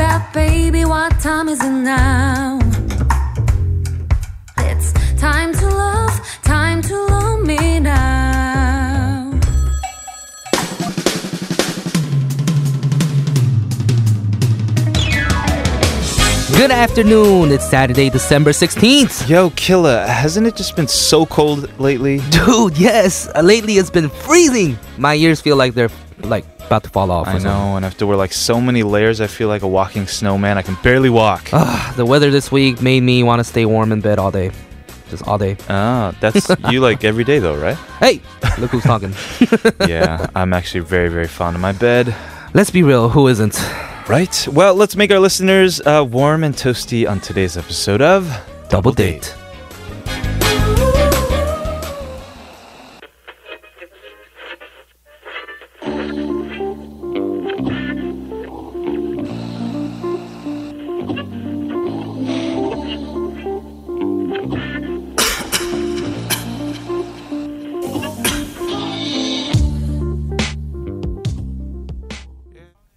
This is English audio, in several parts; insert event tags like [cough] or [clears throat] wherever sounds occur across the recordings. up, baby, what time is it now? It's time to love, time to love me now. Good afternoon. It's Saturday, December 16th. Yo, Killer, hasn't it just been so cold lately? Dude, yes. uh, Lately it's been freezing. My ears feel like they're like about to fall off. or I something. know, and I have to wear like so many layers, I feel like a walking snowman. I can barely walk. Ah, the weather this week made me want to stay warm in bed all day. Just all day. Ah, [laughs] that's you like every day though, right? Hey, look who's [laughs] talking. Yeah, I'm actually very, very fond of my bed. Let's be real, who isn't? Right? Well, let's make our listeners uh, warm and toasty on today's episode of Double date.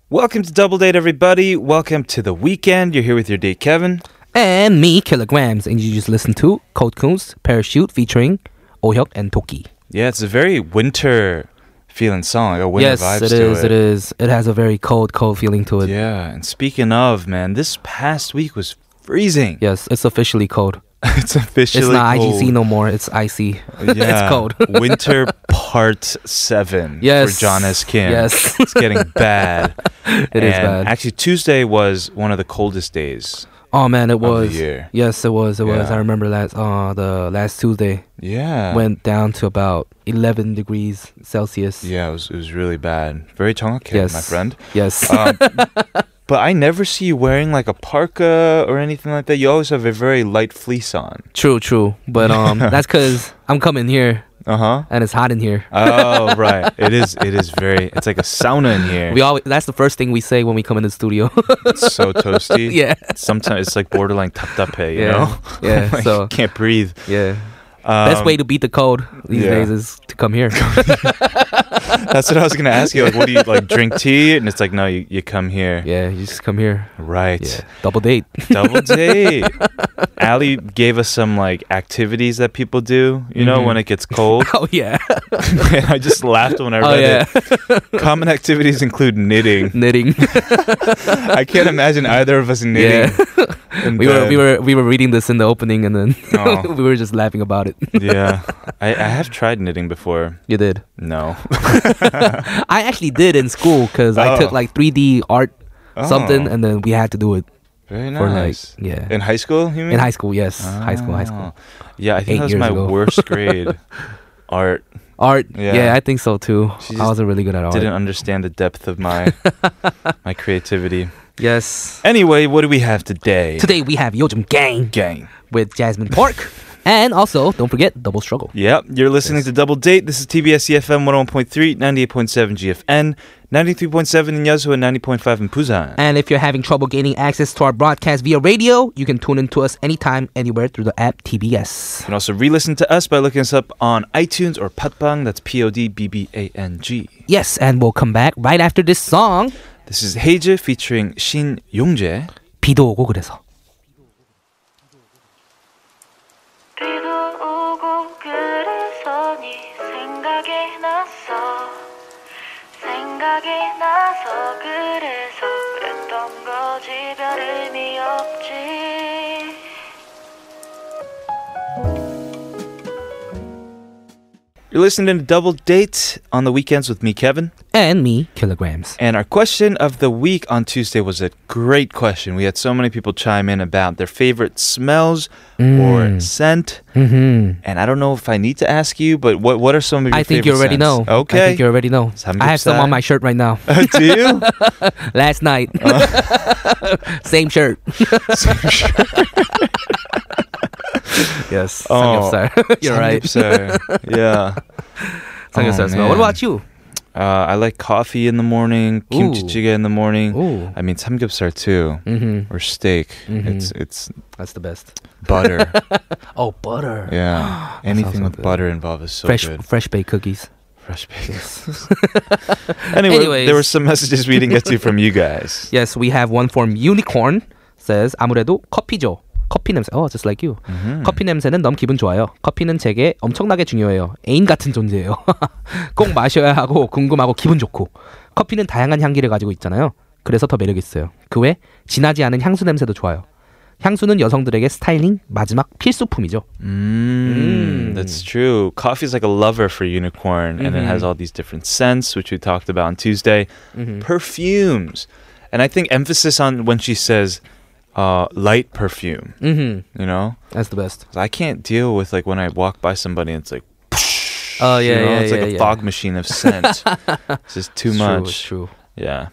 Welcome to Double Date, everybody. Welcome to the weekend. You're here with your date, Kevin. And me, Kilograms. And you just listen to Cold Coons Parachute featuring Oh Hyuk and Toki. Yeah, it's a very winter feeling song, like a winter yes, vibes it to is, it is. It has a very cold, cold feeling to it. Yeah, and speaking of, man, this past week was freezing. Yes, it's officially cold. [laughs] it's officially it's not cold. IGC no more, it's IC. Yeah. [laughs] it's cold. Winter Part Seven. Yes. for John S. Kim. Yes. [laughs] it's getting bad. [laughs] It It is is bad. Actually, Tuesday was one of the coldest days. Oh man, it the was. year. Yes, it was. It was. Yeah. I remember last uh the last Tuesday Yeah, went down to about 11 degrees Celsius. yeah, it was it was really bad. Very 정확해, yes. my friend. Yes. Um, [laughs] but I never see you wearing like a parka or anything like that. You always have a very light fleece on. true, true. [laughs] But um that's cuz I'm coming here Uh huh. and it's hot in here. Oh [laughs] right, it is. It is very. It's like a sauna in here. We always that's the first thing we say when we come in the studio. [laughs] It's so toasty. [laughs] yeah. Sometimes it's like borderline 답답해, you Yeah. know? Yeah, [laughs] Like, so- can't breathe. Yeah. Best Um, way to beat the cold these yeah. days is to come [laughs] here. Um, That's what I was gonna ask you. Like, what do you like? Drink tea? And it's like, no, you, you come here. yeah, you just come here. Right. Yeah. Double date. [laughs] Double [laughs] date. Ali gave us some like activities that people do. You know, when it gets cold. [laughs] [laughs] oh yeah. and I just laughed when I Oh read yeah. [laughs] it. Common activities include knitting. Knitting. I can't imagine either of us [laughs] [laughs] knitting. yeah. in We were bed. we were we were reading this in the opening and then Oh. [laughs] we were just laughing about it. yeah. I, I have tried knitting before. You did. No. [laughs] I actually did in school because I took Oh. like 3D art [laughs] something, Oh. and then we had to do it Very for nice. like yeah in high school, you in mean? high school. Yes, high school, high Oh. school Yeah, I think Eight that was years my ago. [laughs] worst grade. Art art. Yeah. Ah. Yeah. I think so too. She I just wasn't really good at art. didn't understand the depth of [laughs] my my creativity. Yes. Anyway, what do we have today? Today we have Yojum Gang gang. with Jasmine [laughs] Park, and also don't forget Double Struggle. Yep, you're listening to Double Date. This is TBS EFM 101.3, 98.7 GFN, 93.7 in Yazoo, and 90.5 in Busan. And if you're having trouble gaining access to our broadcast via radio, you can tune in to us anytime, anywhere through the app TBS. You can also re-listen to us by looking us up on iTunes or Patbang. That's P-O-D-B-B-A-N-G. Yes, and we'll come back right after this song. This is Heije featuring Shin Yongjae. 비도 오고 그래서. 비도 오고 그래서 네 생각이 났어 생각이 나서 그래서 그랬던 거지 별 의미 없지 You're listening to Double Date on the weekends with me, Kevin. And me, kilograms. And our question of the week on Tuesday was a great question. We had so many people chime in about their favorite smells or scent. Mm. Mm-hmm. And I don't know if I need to ask you, but what what are some of your I think you favorite already scents? know. Okay. I think you already know. I have some on my shirt right [laughs] now. [laughs] Do you? Last night. Oh. [laughs] Same shirt. [laughs] yes. Oh, [laughs] samgyeopsal. You're right. Samgyeopsal. [laughs] yeah. Samgyeopsal Oh, smell. What man. about you? Uh, I like coffee in the morning, Ooh. kimchi jjigae in the morning. Ooh. Oh, I mean, samgyeopsal too, Mm-hmm. or steak. Mhm. It's it's That's the best. [laughs] butter. Oh, butter. yeah, anything so with good. butter involved is so fresh good. fresh baked cookies. [laughs] Fresh bagels. anyway, Anyways. there were some messages we didn't get to from you guys. Yes, we have one from Unicorn. Says 아무래도 커피죠. 커피 냄새. Oh, just like you. 음. 커피 냄새는 너무 기분 좋아요. 커피는 제게 엄청나게 중요해요. 애인 같은 존재예요. [laughs] 꼭 마셔야 하고 궁금하고 기분 좋고. 커피는 다양한 향기를 가지고 있잖아요. 그래서 더 매력 있어요. 그 외 진하지 않은 향수 냄새도 좋아요. 향수는 여성들에게 스타일링 마지막 필수품이죠. Mm, that's true. Coffee is like a lover for unicorn, and it Mm-hmm. has all these different scents, which we talked about on Tuesday. Mm. Perfumes, and I think emphasis on when she says uh, light perfume. Mhm. You know, That's the best. 'Cause I can't deal with like when I walk by somebody, and it's like Oh you know, it's like a fog machine of [laughs] scent. it's just too It's true, much. it's true. Yeah.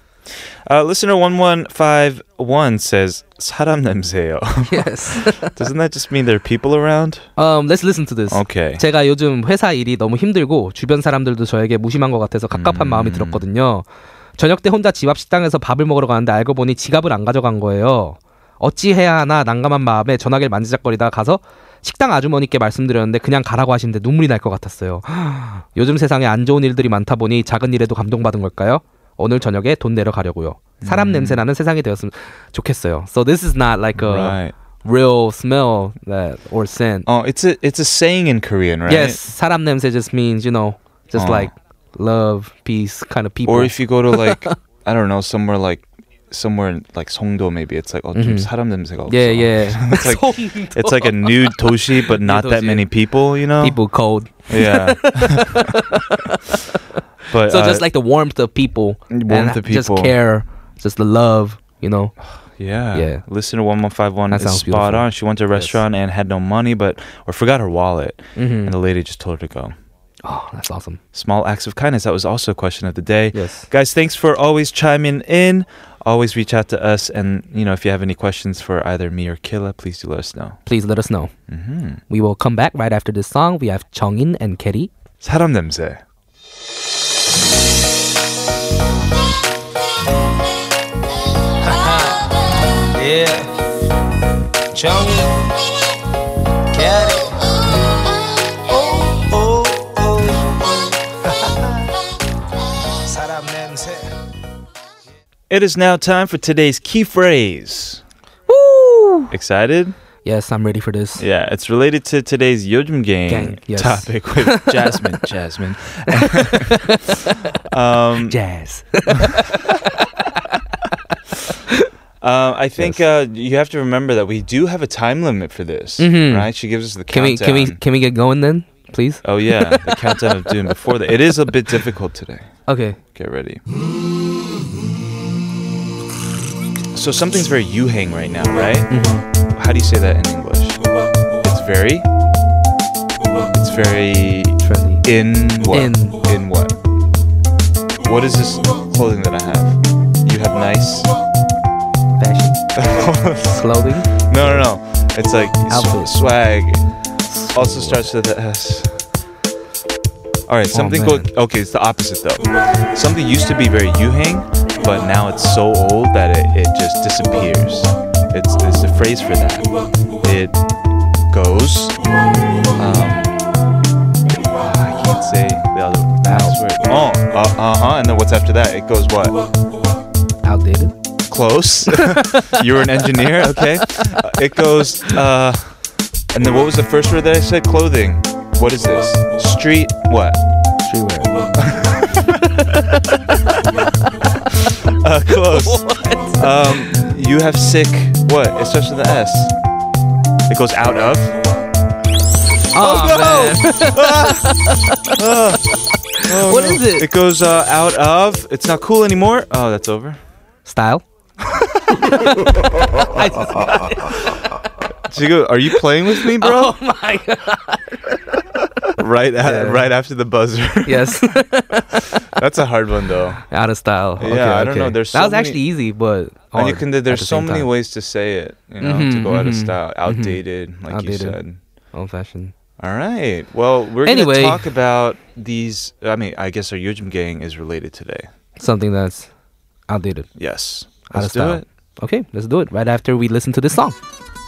Uh, listener one one five one says 사람 냄새요. Yes. [laughs] [laughs] Doesn't that just mean there are people around? um, let's listen to this. Okay. 제가 요즘 회사 일이 너무 힘들고 주변 사람들도 저에게 무심한 것 같아서 갑갑한 마음이 들었거든요. 저녁 때 혼자 집 앞 식당에서 밥을 먹으러 가는데 알고 보니 지갑을 안 가져간 거예요. 어찌 해야 하나 난감한 마음에 전화기를 만지작거리다가 가서 식당 아주머니께 말씀드렸는데 그냥 가라고 하시는데 눈물이 날 것 같았어요. [gasps] 요즘 세상에 안 좋은 일들이 많다 보니 작은 일에도 감동받은 걸까요? 오늘 저녁에 돈 내러 가려고요. 사람 냄새 나는 세상이 되었으면 좋겠어요. So this is not like a Right. real smell that or scent. Oh, it's a it's a saying in Korean, right? Yes, 사람 냄새 just means you know, just Oh. like love, peace, kind of people. Or if you go [laughs] to like I don't know somewhere like somewhere in, like Songdo maybe it's like oh 좀 사람 냄새가 없어. Mm-hmm. yeah, yeah, [laughs] it's like [laughs] it's like a nude toshi but not that 도시. many people, you know? people cold. [laughs] [laughs] Yeah. [laughs] but So uh, just like the warmth of people, warmth and of just people. care, just the love, you know. Yeah. Yeah. Listener one one five one That is sounds spot beautiful. on. She went to a restaurant and had no money, but or forgot her wallet, and the lady just told her to go. Mm-hmm. Oh, that's awesome. Small acts of kindness. That was also a question of the day. Yes. Guys, thanks for always chiming in. Always reach out to us, and you know if you have any questions for either me or Killa, please do let us know. Please let us know. Mm-hmm. We will come back right after this song. We have Chongin and Kerry. 사람 냄새. 예. Yeah. Johnny. Get it. Oh, oh, oh. 사람 냄새. It is now time for today's key phrase. Woo! Excited? Yes, I'm ready for this. Yeah, it's related to today's Yojum Gang, Gang, yes. topic with [laughs] Jasmine. Jasmine. um, Jazz. Uh, I think uh, you have to remember that we do have a time limit for this, right? She gives us the Mm-hmm. Can we countdown. can we can we get going then, please? Oh yeah, the countdown of doom before that. It is a bit difficult today. Okay. Get ready. So something's very yuhang right now, right? How do you say that in English? It's very. It's very Trendy. in what? In. in what? What is this clothing that I have? You have nice. Fashion, [laughs] clothing. No, no, no. It's like sw- Outfit. swag. Also starts with the S. All right, something Oh, man. called. Okay, it's the opposite though. Something used to be very yuhang, but now it's so old that it, it just disappears. It's it's the phrase for that. It goes. Um, I can't say the other last word. Oh, uh, uh-huh. And then what's after that? It goes what? Outdated. close. [laughs] you were an engineer, okay? Uh, It goes, uh, and then what was the first word that I said? Clothing. What is this? Street. What? Streetwear. Uh, [laughs] close. Um, you have sick. What? It starts with the S. It goes out of. Oh, man. Oh, What is it? It goes uh, out of. It's not cool anymore. Oh, that's over. Style. [laughs] I just got it. Chico, are you playing with me, bro? [laughs] Oh my god. Right, at, Yeah. right after the buzzer. [laughs] Yes. [laughs] that's a hard one though. Out of style. Yeah, okay, I don't okay. know, there's that so was many- actually easy, but And you hard can at there's the so same many time. ways to say it, you know, to Mhm, go out of mhm, style, outdated, like you Outdated. said. Old fashioned. All right. Well, we're Anyway. gonna talk about these. I mean, I guess our Yojim gang is related today. Something that's outdated. Yes. Out of Let's do style. it. Okay, let's do it. Right after we listen to this song.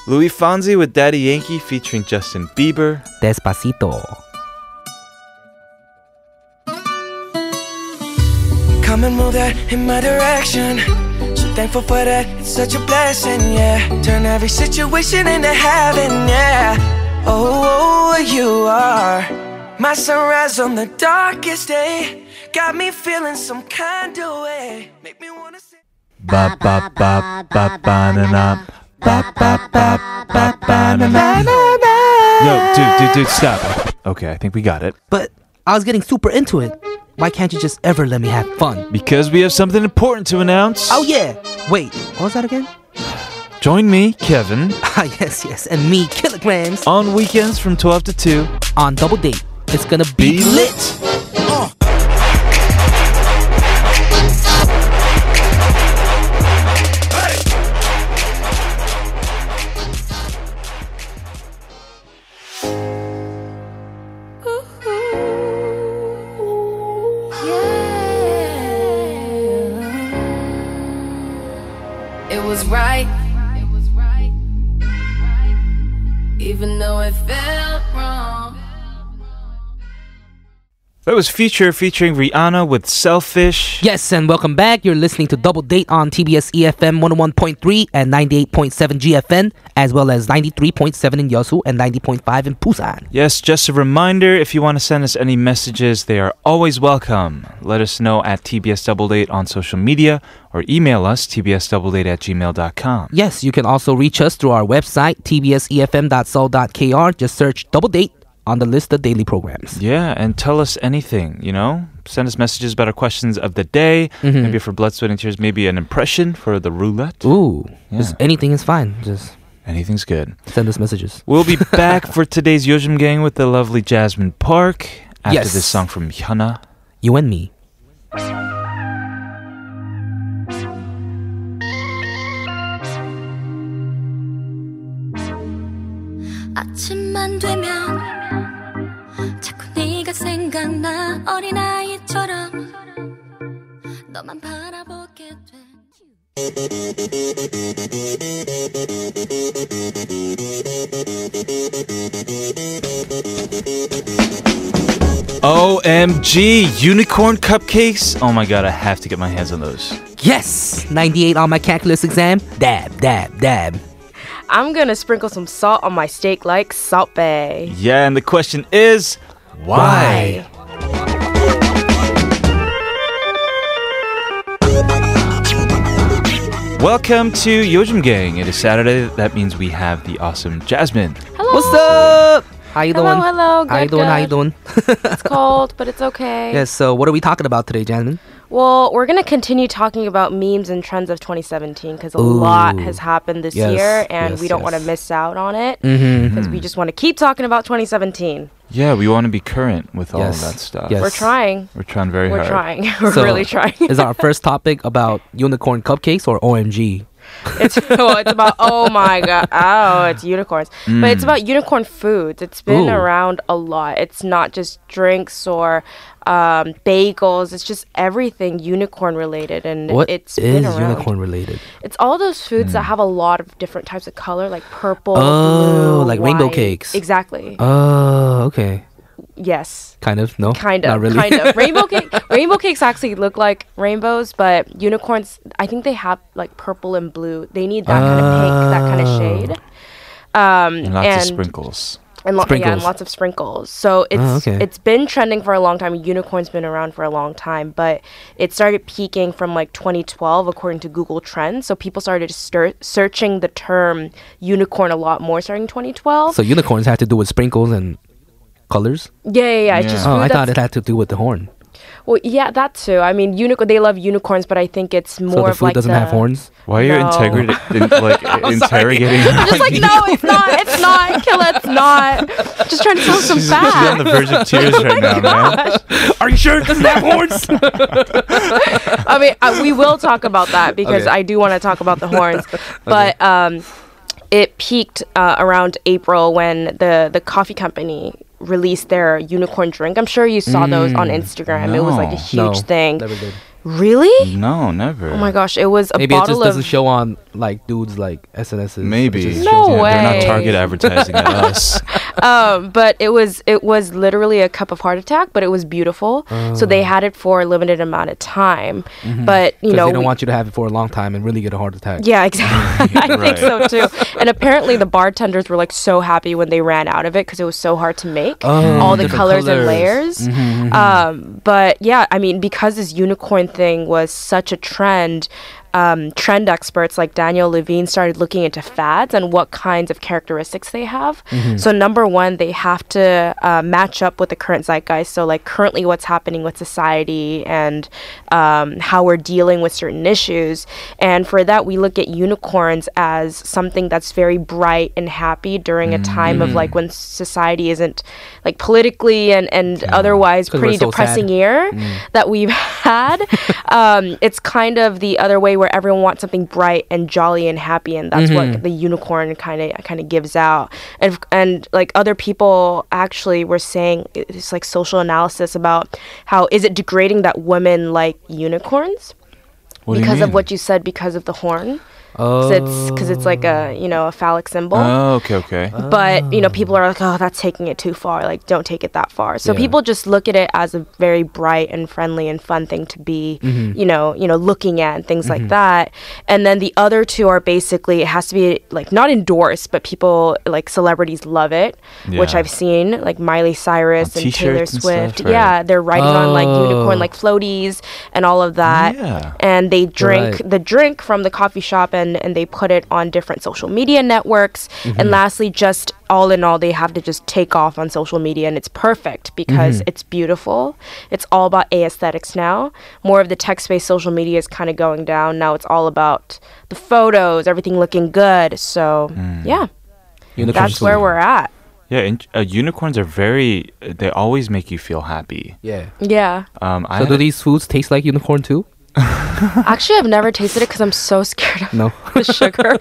Louis Fonzi with Daddy Yankee featuring Justin Bieber. Despacito. woman move that in my direction. So thankful for that, it's such a blessing, yeah. Turn every situation into heaven, yeah. Oh, you are my sunrise on the darkest day. Got me feeling some kind of way. Make me wanna say. Ba ba ba ba ba na na. Ba ba ba ba ba na na. No, dude, dude, dude, stop. Okay, I think we got it. But I was getting super into it. Why can't you just ever let me have fun? Because we have something important to announce. Oh yeah. Wait, what was that again? Join me, Kevin, [laughs] Ah yes, yes, and me kilograms on weekends from 12 to 2. on double date. It's gonna be, Be lit. It was right. Even though it felt wrong. That was Future featuring Rihanna with Selfish. Yes, and welcome back. You're listening to Double Date on TBS EFM 101.3 and 98.7 GFN, as well as 93.7 in Yeosu and 90.5 in Busan. Yes, just a reminder if you want to send us any messages, they are always welcome. Let us know at TBS Double Date on social media or email us tbsdoubledate at gmail.com. Yes, you can also reach us through our website, E tbsefm.soul.kr. Just search Double Date on the list of daily programs. Yeah, and tell us anything, you know? Send us messages about our questions of the day, maybe for blood, sweat, and tears, maybe an impression for the roulette. Mm-hmm. Ooh, just Yeah. anything is fine. Just Anything's good. send us messages. [laughs] We'll be back for today's Yojim Gang with the lovely Jasmine Park after Yes. this song from Hyuna. You and me. [laughs] 아침만 되면 자꾸 네가 생각나 어린아이처럼 너만 바라보게 돼 OMG, unicorn cupcakes. Oh my god, I have to get my hands on those. Yes! 98 on my calculus exam. Dab, dab, dab. I'm gonna sprinkle some salt on my steak like Salt Bay. Yeah, and the question is why? Welcome to Yojim Gang. It is Saturday. That means we have the awesome Jasmine. Hello. What's up? How you doing? Hello, hello. Good, How you doing? How you good. doing? It's cold, but it's okay. Yes, so what are we talking about today, Jasmine? Well, we're gonna continue talking about memes and trends of 2017 because a lot Ooh. has happened this Yes, year, and yes, we don't yes. Mm-hmm, want to miss out on it because we just want to keep talking about 2017. Yeah, we want to be current with all of Yes. that stuff. Yes. We're trying. We're trying very We're hard. trying. [laughs] We're So, really trying. [laughs] is our first topic about unicorn cupcakes or OMG? it's, well, it's about [laughs] oh my god, oh, it's unicorns. But it's about unicorn foods. It's been Mm. Ooh. around a lot. It's not just drinks or um, bagels. It's just everything unicorn related, and What is it's been around. unicorn Mm. related? It's all those foods that have a lot of different types of color, like purple, Oh, blue, like rainbow white. cakes. Exactly. Oh, okay. yes. Kind of, no? Kind Not of, really. kind [laughs] of. Rainbow cake. Rainbow cakes actually look like rainbows, but unicorns. I think they have like purple and blue. They need that kind Ah. of pink, that kind of shade. Um, And lots and of sprinkles. and, lo- yeah, Sprinkles. and lots of sprinkles. So it's Oh, okay. it's been trending for a long time. Unicorn's been around for a long time, but it started peaking from like 2012 according to Google Trends. So people started stir- searching the term unicorn a lot more starting 2012. [laughs] so unicorns had to do with sprinkles and colors? yeah, yeah, yeah. It's just Oh, food I thought that's- it had to do with the horn. Well, yeah, that too. I mean, unicorn. They love unicorns, but I think it's more So the of food like doesn't the- have horns? [laughs] Why are you No. integrity, [laughs] in, like interrogating? I'm just like, no, it's not. It's not. Kill it's not. Just trying to tell some She's she's on facts. the verge of tears right [laughs] now, Oh man. Are you sure it doesn't have horns? [laughs] I mean, uh, we will talk about that because Okay. I do want to talk about [laughs] the horns, but um, it peaked uh, around April when the the coffee company released their unicorn drink. I'm sure you saw those on Instagram. It was like a no. huge thing. Mm. Never did. Really? No, never. Oh my gosh! It was a Maybe it bottle just doesn't of. show on like dudes like SNSs. It Maybe. just No shows on- way. They're not target advertising at us. um, but it was it was literally a cup of heart attack, but it was beautiful. So they had it for a limited amount of time. But you know, Oh. Mm-hmm. they don't we- want you to have it for a long time and really get a heart attack. [laughs] yeah, exactly. I Right. think so too. And apparently, the bartenders were like so happy when they ran out of it because it was so hard to make Oh, all the different colors, colors. Mm-hmm, and layers. Um, but yeah, I mean, because this unicorn thing was such a trend. Um, trend experts like Daniel Levine started looking into fads and what kinds of characteristics they have. Mm-hmm. So, number one, they have to uh, match up with the current zeitgeist. So, like currently what's happening with society and um, how we're dealing with certain issues. And for that, we look at unicorns as something that's very bright and happy during a time Mm-hmm. of like when society isn't like politically and, and otherwise 'Cause we're pretty so depressing sad. year Mm. that we've [laughs] had. um, it's kind of the other way where everyone wants something bright and jolly and happy, and that's Mm-hmm. what the unicorn kind of kind of gives out. And and like other people actually were saying it's like social analysis about how is it degrading that women like unicorns [laughs] What do you because of mean? what you said because of the horn. Oh. Because it's, 'cause it's like a you know a phallic symbol Oh, okay, okay. but you know people Ah. are like oh that's taking it too far like don't take it that far so Yeah. people just look at it as a very bright and friendly and fun thing to be Mm-hmm. you know you know looking at and things like that and then the other two are basically it has to be like not endorsed but people like celebrities love it which Yeah. i've seen like miley cyrus On and t-shirts and taylor stuff, swift right. yeah they're riding on like Oh. unicorn like floaties and all of that Yeah. and they right. drink the drink from the coffee shop and, and they put it on different social media networks. Mm-hmm. And lastly, just all in all, they have to just take off on social media and it's perfect because Mm-hmm. it's beautiful. It's all about aesthetics now. More of the text based social media is kind of going down. Now it's all about the photos, everything looking good. So, Mm. yeah, that's where we're at. Yeah, and, uh, unicorns are very. They always make you feel happy. Yeah. [laughs] Yeah. Um, I So do had- these foods taste like unicorn too? Actually, I've never tasted it because I'm so scared of No. [laughs] the sugar.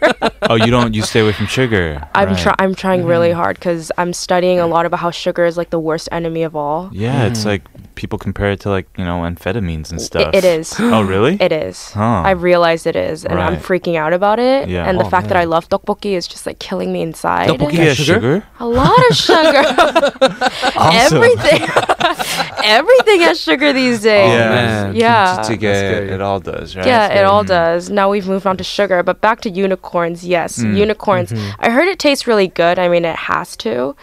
oh, you don't. You stay away from sugar. I'm right. Mm-hmm. try- I'm trying really hard because I'm studying a lot about how sugar is like the worst enemy of all. Yeah, it's Mm. like people compare it to like you know amphetamines and stuff. it is. [gasps] Oh, really? It is. Huh. I realize it is, and I'm Right. freaking out about it. Yeah. And the Oh, fact that man. I love tteokbokki is just like killing me inside. Tteokbokki Yeah, has sugar? sugar. A lot of [laughs] sugar. [laughs] Awesome. Everything. [laughs] Everything has sugar these days. yeah, Oh, man. Yeah. Just to That's get- scary. it all does, right? Yeah, it all does. Now we've moved on to sugar, but back to unicorns. Yes, Mm, unicorns. mm-hmm. I heard it tastes really good. I mean, it has to.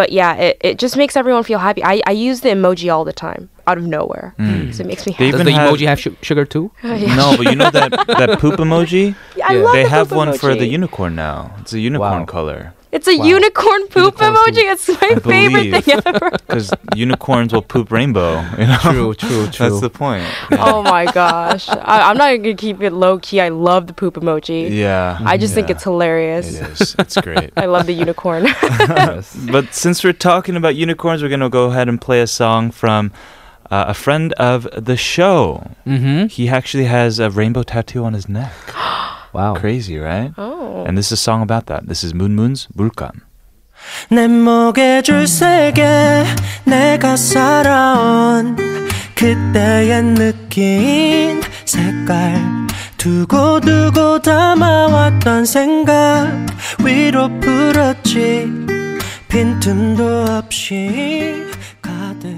But yeah, it, it just makes everyone feel happy. I, I use the emoji all the time out of nowhere. So it makes me Mm. happy. They- Does Even the have- emoji have su- sugar too? [laughs] No, but you know that that poop emoji. yeah. I love They the have poop one for the emoji. unicorn now. It's a unicorn Wow. color It's a unicorn poop Unicorn emoji. poop. It's my favorite believe. thing [laughs] ever. because unicorns will poop rainbow. You [laughs] know, True, true, true. [laughs] that's [laughs] the point. oh my gosh. I, I'm not going to keep it low key. I love the poop emoji. Yeah, I just think yeah. it's hilarious. It is. It's great. I love [laughs] the unicorn. yes. But since we're talking about unicorns, we're going to go ahead and play a song from uh, a friend of the show. Mm-hmm. He actually has a rainbow tattoo on his neck. Wow. Crazy, right? oh. And this is a song about that. This is Moon Moon's Bulkan. 내 목에 줄 세게 내가 살아온 그때의 느낀 색깔 두고두고 담아왔던 생각 위로 풀었지 빈틈도 없이 가득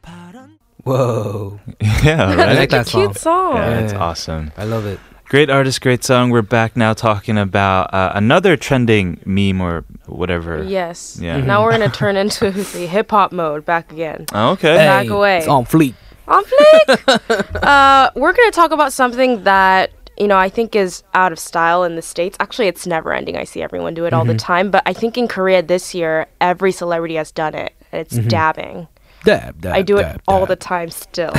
바람 Whoa. [laughs] Yeah, I right? like that song. Cute song. Yeah, it's Yeah. awesome. I love it. Great artist, great song. We're back now talking about uh, another trending meme or whatever. Yes. Yeah. Mm-hmm. Now we're [laughs] gonna turn into [laughs] the hip hop mode back again. Oh, Okay. Back away. It's on fleek. On [laughs] fleek. uh, we're gonna talk about something that you know I think is out of style in the states. Actually, it's never ending. I see everyone do it all the Mm-hmm. time, but I think in Korea this year, every celebrity has done it. and It's dabbing. Dab, Mm-hmm. dab, I do dab, it all dab. Oh. the time still. [laughs]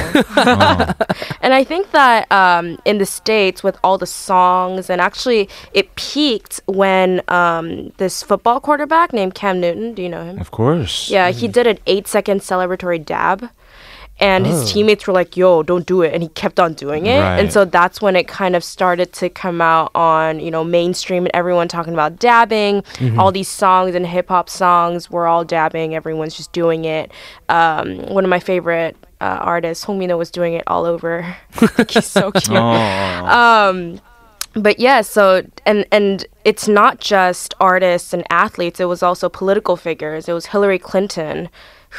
and I think that um, in the States, with all the songs, and actually it peaked when um, this football quarterback named Cam Newton, do you know him? Of course. Yeah, he did an eight second celebratory dab. And his teammates were like, yo, don't do it. And he kept on doing it. Right. And so that's when it kind of started to come out on, you know, mainstream and everyone talking about dabbing. All these songs and hip hop songs were all dabbing. Everyone's just doing it. Um, one of my favorite uh, [laughs] artists, Homino, was doing it all over. He's so cute. Oh, Um, but yeah so and and it's not just artists and athletes it was also political figures it was hillary clinton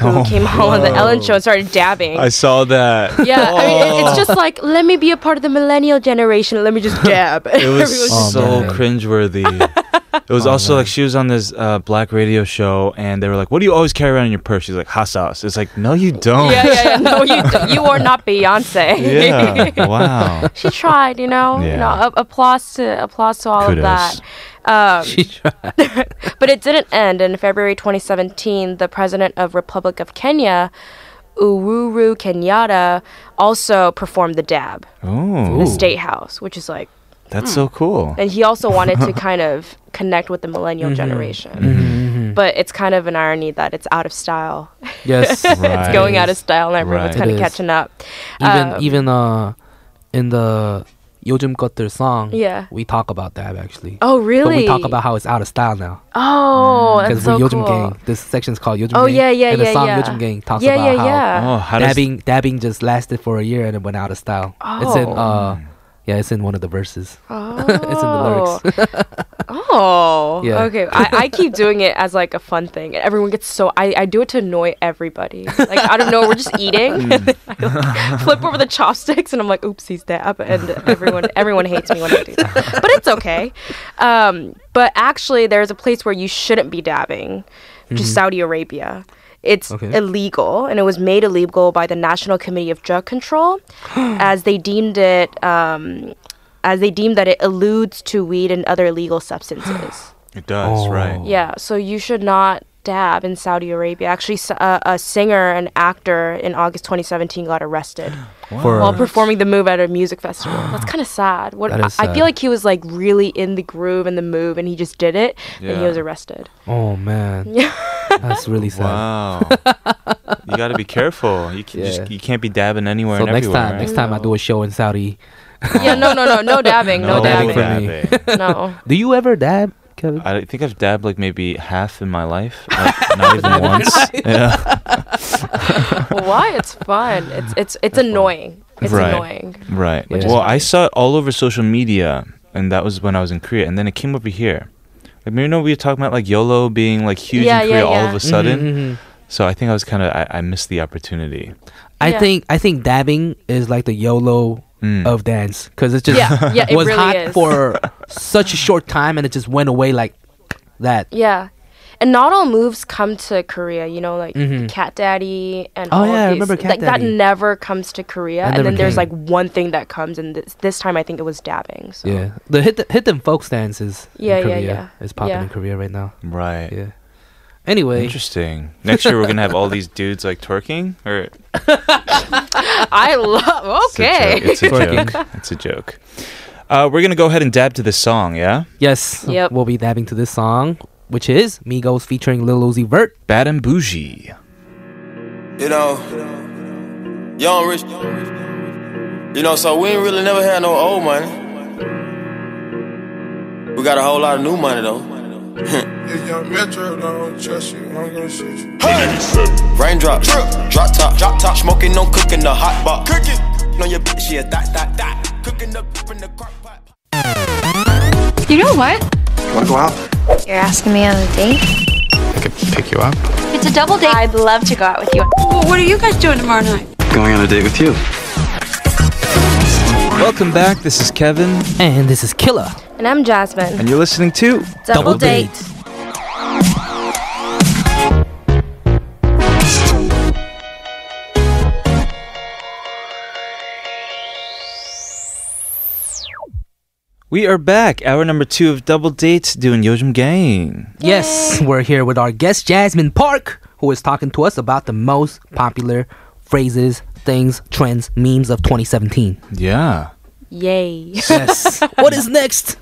who came on the ellen show and started dabbing Oh, I saw that. yeah i mean it- it's just like let me be a part of the millennial generation let me [laughs] just dab [laughs] It was so man. cringeworthy. It Oh, was also like she was on this uh, black radio show, and they were like, "What do you always carry around in your purse?" She's like, "Hot sauce." It's like, "No, you don't." yeah yeah yeah no you, [laughs] you are not beyonce Yeah. [laughs] [laughs] Wow. she tried you know Yeah. you know a- applause to applause to all of Kudos. that Um, [laughs] But it didn't end. In February 2017, the president of Republic of Kenya, Uhuru Kenyatta, also performed the dab in Ooh, the state house, which is like, that's so cool. and he also wanted [laughs] to kind of connect with the millennial Mm-hmm. generation. But it's kind of an irony that it's out of style. [laughs] Yes. [laughs] It's going out of style, and Right. everyone's It kind of is. catching up. even Um, even uh in the 요즘 것들 song Yeah. we talk about that actually Oh, really? but we talk about how it's out of style now oh, that's because so we're cool. 요즘 gang this section's called 요즘 Oh gang yeah, yeah, and yeah, the song yeah. 요즘 gang talks yeah, about yeah, how yeah. Oh, how does dabbing dabbing just lasted for a year and it went out of style it's in uh yeah it's in one of the verses Oh. [laughs] it's in the lyrics [laughs] Oh, Yeah. okay. I, I keep doing it as like a fun thing. and Everyone gets so I, I do it to annoy everybody. Like I don't know, we're just eating. and then [laughs] I like, flip over the chopsticks, and I'm like, oopsies, dab, and everyone everyone hates me when I do that. But it's okay. Um, but actually, there's a place where you shouldn't be dabbing, which is Saudi Arabia. It's Okay. illegal, and it was made illegal by the National Committee of Drug Control, as they deemed it. Um, as they deem that it alludes to weed and other illegal substances. It does, Oh. right? yeah, so you should not dab in Saudi Arabia. Actually, s- a, a singer and actor in August 2017 got [gasps] arrested for while performing the move at a music [gasps] festival. That's kind of sad. What That is I, I sad. feel like he was like really in the groove and the move, and he just did it, and he Yeah. was arrested. oh [laughs] man that's really sad [laughs] Wow. you got to be careful. You can Yeah. just you can't be dabbing anywhere so and next everywhere. time right? next time I do a show in Saudi [laughs] Yeah, no, no, [laughs] no, no dabbing, no, No dabbing, dabbing. [laughs] no. do you ever dab Kevin I think I've dabbed like maybe half in my life, like, [laughs] not even once. Yeah. Why? It's fun. It's it's it's annoying. It's Right. annoying. Right. Which is Well, I saw it all over social media, and that was when I was in Korea, and then it came over here. Like, you know, we were talking about like YOLO being like huge Yeah, in yeah, Korea all yeah. of a sudden. Mhm, mhm. So I think I was kind of I, I missed the opportunity. I Yeah. think I think dabbing is like the YOLO Mm. of dance because it just Yeah, yeah, it was really hot is. [laughs] for such a short time and it just went away like that. Yeah. And not all moves come to Korea, you know, like Mhm. Cat Daddy and Oh, all yeah, I of these. remember Cat like Daddy. that never comes to Korea. That And never then there's came. like one thing that comes, and this, this time I think it was dabbing. So. Yeah, the hit the, hit them folks dance is in Yeah, yeah, Korea. yeah. It's popping in Yeah. Korea right now. Right. Yeah. Anyway, Interesting. Next year we're gonna have all these dudes like twerking, or [laughs] I love. Okay. It's a joke. It's a Twerking. joke. It's a joke. Uh, we're gonna go ahead and dab to this song, yeah. yes, Yep. we'll be dabbing to this song, which is Migos featuring Lil Uzi Vert. Bad and bougie. You know, young rich. You know, so we ain't really never had no old money. We got a whole lot of new money though. [laughs] If your metro don't trust you, I'm gonna shoot you. Raindrop, drop top, drop top, smoking, no cooking the hot box. Cooking on your bitch, she a dot dot dot. Cooking up in the crock pot. You know what? Wanna go out? You're asking me on a date? I could pick you up. It's a double date. I'd love to go out with you. What are you guys doing tomorrow night? Going on a date with you. Welcome back. This is Kevin, And this is Killer. And I'm Jasmine. and you're listening to Double Double, date. date. We Are Back, hour number two of Double Dates doing Yojim Gang. Yes, we're here with our guest Jasmine Park, who is talking to us about the most popular phrases, things, trends, memes of 2017. Yeah. Yay. Yes. what is next?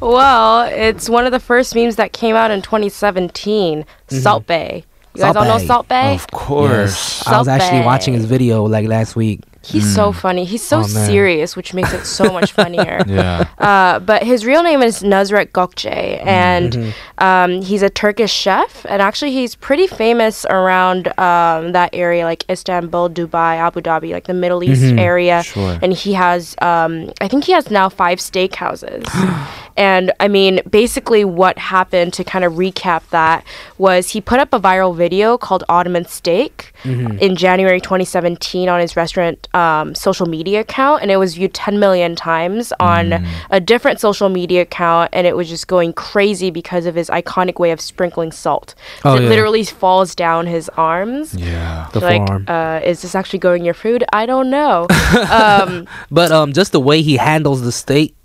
well, it's one of the first memes that came out in 2017 Salt Bay. You guys Mm-hmm. Salt all know Bay. Oh, Salt Bay? Of course. I was actually Sope. watching his video like last week. He's so funny. He's so Oh, man. serious, which makes it so [laughs] much funnier. Yeah. Uh, but his real name is Nazret Gokce, and Mhm. um, he's a Turkish chef. And actually, he's pretty famous around um, that area, like Istanbul, Dubai, Abu Dhabi, like the Middle East Mhm. area. Sure. And he has, um, I think he has now five [gasps] steakhouses. [gasps] and I mean, basically, what happened to kind of recap that was he put up a viral video called Ottoman Steak Mm-hmm. Mhm. in January 2017 on his restaurant um, social media account, and it was viewed 10 million times on Mm. a different social media account, and it was just going crazy because of his iconic way of sprinkling salt. Oh, it yeah. literally falls down his arms. Yeah. The So, like, forearm. uh, is this actually going in your food? I [laughs] don't know. um, But um, just the way he handles the steak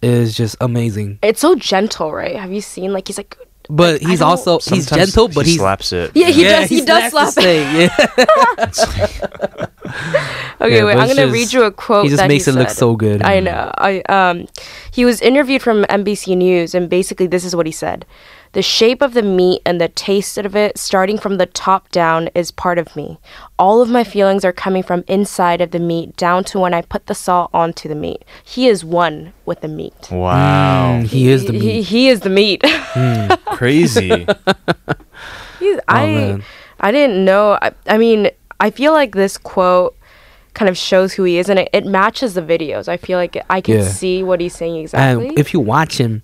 is just amazing. it's so gentle, right? Have you seen? Like, he's like, But he's don't- also he's Sometimes gentle, but he he's slaps it. Yeah, he does. He, does slaps the slap it. [laughs] steak, yeah. [laughs] Okay, Yeah, wait. but I'm it's gonna just- read you a quote. he just that makes it look said. so good. I know. I um, he was interviewed from NBC News, and basically this is what he said: "The shape of the meat and the taste of it, starting from the top down, is part of me. All of my feelings are coming from inside of the meat down to when I put the salt onto the meat. He is one with the meat. Mm. Wow. he is the He, he is the meat. [laughs] Crazy. He's, Oh, I man. I didn't know. I, I mean, I feel like this quote kind of shows who he is, and it, it matches the videos. I feel like I can Yeah. see what he's saying exactly. And if you watch him,